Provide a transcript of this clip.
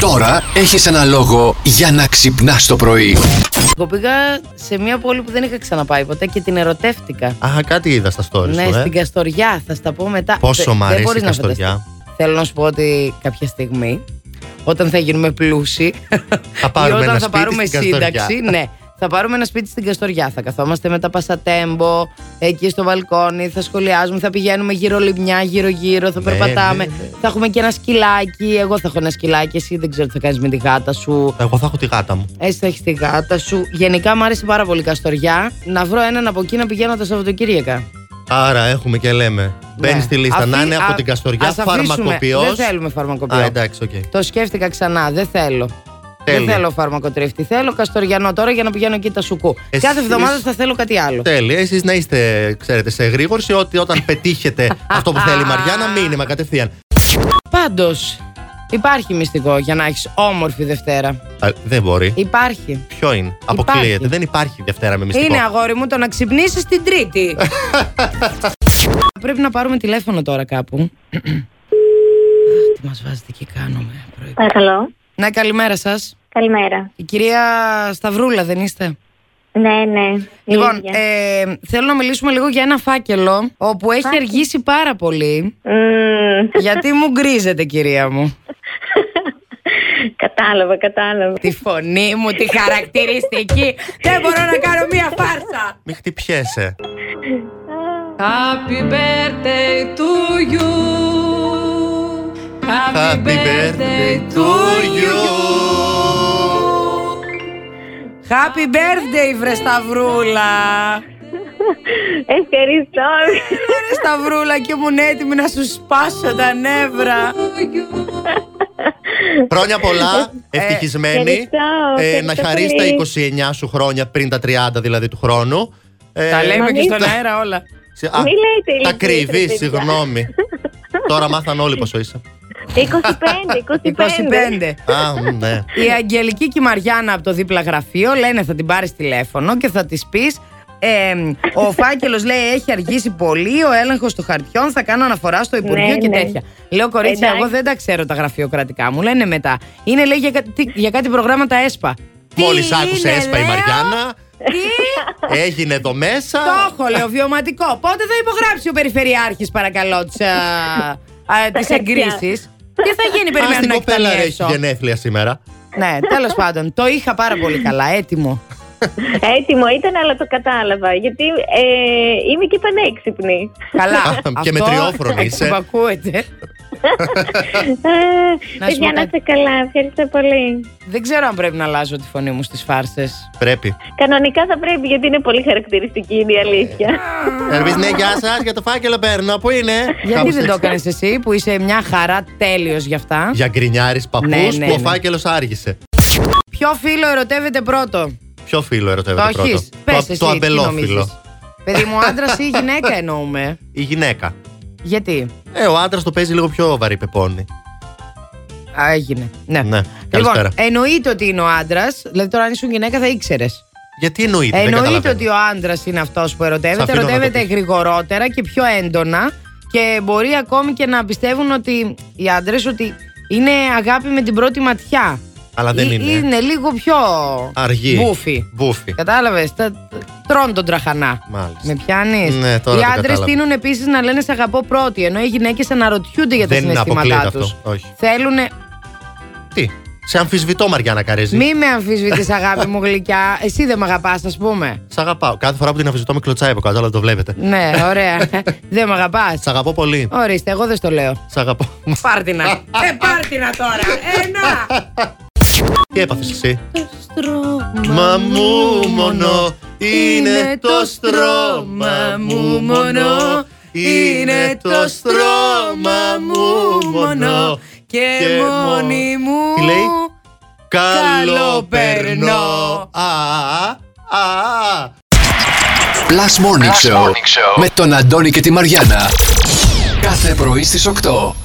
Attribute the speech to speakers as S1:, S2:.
S1: Τώρα έχεις ένα λόγο για να ξυπνάς το πρωί.
S2: Εγώ πήγα σε μια πόλη που δεν είχα ξαναπάει ποτέ και την ερωτεύτηκα.
S3: Α, κάτι είδα στα stories
S2: ναι,
S3: σου, ε.
S2: στην Καστοριά, θα στα πω μετά.
S3: Πόσο
S2: Δεν-
S3: μ'
S2: δεν
S3: αρέσει η
S2: μπορείς να φανταστείς.
S3: Καστοριά.
S2: Θέλω να σου πω ότι κάποια στιγμή, όταν θα γίνουμε πλούσιοι,
S3: Θα πάρουμε
S2: ή
S3: ένα
S2: όταν θα
S3: σπίτι
S2: πάρουμε
S3: στην
S2: σύνταξη,
S3: Καστοριά.
S2: ναι. Θα πάρουμε ένα σπίτι στην Καστοριά. Θα καθόμαστε με τα πασατέμπο εκεί στο βαλκόνι. Θα σχολιάζουμε, θα πηγαίνουμε γύρω λιμιά, γύρω-γύρω. Θα
S3: Ναι,
S2: περπατάμε.
S3: ναι, ναι.
S2: Θα έχουμε και ένα σκυλάκι. Εγώ θα έχω ένα σκυλάκι. Εσύ δεν ξέρω τι θα κάνεις με τη γάτα σου.
S3: Εγώ θα έχω τη γάτα μου.
S2: Έτσι θα έχεις τη γάτα σου. Γενικά μου άρεσε πάρα πολύ η Καστοριά. Να βρω έναν από εκεί να πηγαίνω τα Σαββατοκύριακα.
S3: Άρα έχουμε και
S2: Ναι.
S3: λέμε. Μπαίνει στη λίστα να είναι από την Καστοριά, φαρμακοποιό.
S2: φαρμακοποιός. Δεν θέλουμε φαρμακοποιό.
S3: Α, εντάξει, οκ.
S2: Το σκέφτηκα ξανά. Δεν θέλω.
S3: Τέλεια.
S2: Δεν θέλω φαρμακοτρίφτη. Θέλω καστοριανό τώρα για να πηγαίνω εκεί τα σουκού.
S3: Εσείς-
S2: Κάθε εβδομάδα θα θέλω κάτι άλλο.
S3: Τέλεια. Εσείς να είστε, ξέρετε, σε εγρήγορση ότι όταν πετύχετε αυτό που θέλει η Μαριάννα, μήνυμα κατευθείαν.
S2: Πάντως, υπάρχει μυστικό για να έχεις όμορφη Δευτέρα.
S3: Α, δεν μπορεί.
S2: Υπάρχει.
S3: Ποιο είναι. Αποκλείεται. Δεν υπάρχει Δευτέρα με μυστικό.
S2: Είναι αγόρι μου το να ξυπνήσεις την Τρίτη. Πρέπει να πάρουμε τηλέφωνο τώρα κάπου. Αχ, Τι μας βάζετε και κάνουμε πρωί.
S4: Παρακαλώ.
S2: Ναι, καλημέρα σας.
S4: Καλημέρα.
S2: Η κυρία Σταυρούλα, δεν είστε.
S4: Ναι, ναι. η
S2: Λοιπόν,
S4: ίδια.
S2: ε, θέλω να μιλήσουμε λίγο για ένα φάκελο όπου έχει αργήσει πάρα πολύ. ε,
S4: Μμμ.
S2: Γιατί μου γκρίζετε, κυρία μου.
S4: κατάλαβα, κατάλαβα.
S2: τη φωνή μου, τη χαρακτηριστική. Δεν μπορώ να κάνω μία φάρσα.
S3: Μην χτυπιέσαι.
S5: Happy birthday to you. Happy,
S3: Happy birthday to you.
S2: Happy birthday, βρε Σταυρούλα.
S4: Ε, Ευχαριστώ.
S2: Βρε Σταυρούλα και ήμουν έτοιμη να σου σπάσω τα νεύρα.
S3: Χρόνια πολλά, ευτυχισμένη.
S4: Ε, ευχαριστώ,
S3: Ε, να
S4: ευχαριστώ
S3: χαρείς τα
S4: πολύ.
S3: 29 σου χρόνια πριν τα 30 δηλαδή του χρόνου. Ε,
S2: Τα λέμε και στον
S3: τα-
S2: αέρα όλα.
S3: σε- α,
S4: Μη λέτε
S3: Τα
S4: ηλικίες, ρε
S3: κρύβει,
S4: παιδιά.
S3: συγγνώμη. Τώρα μάθαν όλοι πόσο είσαι.
S4: 25, 25.
S2: 25.
S3: Α, ναι.
S2: Η Αγγελική και η Μαριάννα από το δίπλα γραφείο λένε θα την πάρεις τηλέφωνο και θα της πεις. Ε, ο φάκελος λέει έχει αργήσει πολύ. Ο έλεγχος των χαρτιών θα κάνω αναφορά στο Υπουργείο
S4: Ναι,
S2: και
S4: ναι.
S2: τέτοια. Λέω κορίτσια,
S4: Εντάξει.
S2: εγώ δεν τα ξέρω τα γραφειοκρατικά μου. Λένε μετά. Είναι λέει για, κάτι- για κάτι προγράμματα ΕΣΠΑ. Τι
S3: Μόλις άκουσε
S2: είναι,
S3: έσπα η
S2: λέω,
S3: Μαριάννα,
S2: Τι
S3: έγινε εδώ μέσα.
S2: το έχω, λέω, βιωματικό. Πότε θα υπογράψει ο Περιφερειάρχης, παρακαλώ, ε, τις
S4: χαρτιά.
S2: εγκρίσεις. Τι θα γίνει,
S3: Α την
S2: περιμένουμε να
S3: κοπέλα ρε, έχει
S2: εκταμιεύσω.
S3: γενέθλια σήμερα.
S2: Ναι, τέλος πάντων. Το είχα πάρα πολύ καλά. Έτοιμο.
S4: Έτοιμο ήταν, αλλά το κατάλαβα. Γιατί ε, είμαι και πανέξυπνη.
S2: Καλά.
S3: Α, και με τριόφρονη είσαι.
S2: Εξυπακούεται.
S4: Ε,
S2: Να σου πω
S4: παιδιά, να
S2: κάτι.
S4: είστε καλά. Ευχαριστώ πολύ.
S2: Δεν ξέρω αν πρέπει να αλλάζω τη φωνή μου στις φάρσες.
S3: Πρέπει.
S4: Κανονικά θα πρέπει, γιατί είναι πολύ χαρακτηριστική είναι η αλήθεια.
S3: Θα πεις, ναι, γεια σας, για το φάκελο παίρνω. Πού είναι?
S2: Γιατί
S3: Κάπως
S2: δεν
S3: έτσι.
S2: το έκανες εσύ που είσαι μια χαρά τέλειος γι' αυτά.
S3: Για γκρινιάρη παππούς
S2: Ναι, ναι,
S3: που ο
S2: ναι.
S3: φάκελος άργησε.
S2: Ποιο φίλο ερωτεύεται πρώτο.
S3: Ποιο φίλο
S2: Το
S3: ερωτεύεται πρώτο.
S2: έχεις. Πες
S3: το,
S2: εσύ.
S3: το
S2: τι
S3: αμπελόφιλο.
S2: νομίζεις. Παιδί μου, άντρας ή γυναίκα εννοούμε.
S3: Η γυναίκα.
S2: Γιατί.
S3: Ε, ο άντρας το παίζει λίγο πιο βαρύ πεπόνι.
S2: Α, έγινε. Ναι.
S3: Ναι,
S2: Λοιπόν,
S3: καλησπέρα.
S2: εννοείται ότι είναι ο άντρας. Δηλαδή, τώρα αν ήσουν γυναίκα θα ήξερες.
S3: Γιατί εννοείται. δεν
S2: Εννοείται
S3: καταλαβαίνω.
S2: ότι ο άντρας είναι αυτός που
S3: Σ'
S2: ερωτεύεται.
S3: αφήνω να το
S2: Ερωτεύεται
S3: πεις.
S2: γρηγορότερα και πιο έντονα. Και μπορεί ακόμη και να πιστεύουν ότι οι άντρες ότι είναι αγάπη με την πρώτη ματιά.
S3: Αλλά δεν
S2: Ή-
S3: είναι.
S2: Είναι λίγο πιο.
S3: Αργή.
S2: Μπούφι.
S3: Μπούφι.
S2: Κατάλαβε. Τρώνε τον τραχανά.
S3: Μάλιστα.
S2: Με πιάνεις.
S3: Ναι, τώρα
S2: οι
S3: το
S2: άντρες
S3: κατάλαβα.
S2: τείνουν επίσης να λένε Σε αγαπώ πρώτοι, ενώ οι γυναίκες αναρωτιούνται για τα
S3: Δεν είναι
S2: συναισθήματά
S3: αποκλείεται
S2: τους.
S3: αυτό. Όχι.
S2: Θέλουν.
S3: Τι. Σε αμφισβητώ, Μαριάννα Καρέζη.
S2: Μη με αμφισβητείς, αγάπη μου γλυκιά. Εσύ δεν με αγαπάς, ας πούμε.
S3: Σ' αγαπάω. Κάθε φορά που την αμφισβητώ με κλωτσάει από κάτω, αλλά το βλέπετε.
S2: Ναι, ωραία. δεν με αγαπάς.
S3: Σ' αγαπώ πολύ.
S2: Ορίστε, εγώ δεν στο λέω.
S3: Σ' αγαπώ.
S2: Πάρτινα. ε, πάρτινα τώρα. Ένα.
S3: Τι έπαθες εσύ. Μα μου μόνο είναι το στρώμα μου μόνο. Είναι το στρώμα μου μόνο.
S2: και μόνη μου.
S3: Τι λέει? Καλό
S2: Καλό
S3: περνώ.
S2: περνώ.
S3: Α, α, α.
S1: Plus Morning, Show, με τον Αντώνη και τη Μαριάνα. Κάθε πρωί στις 8.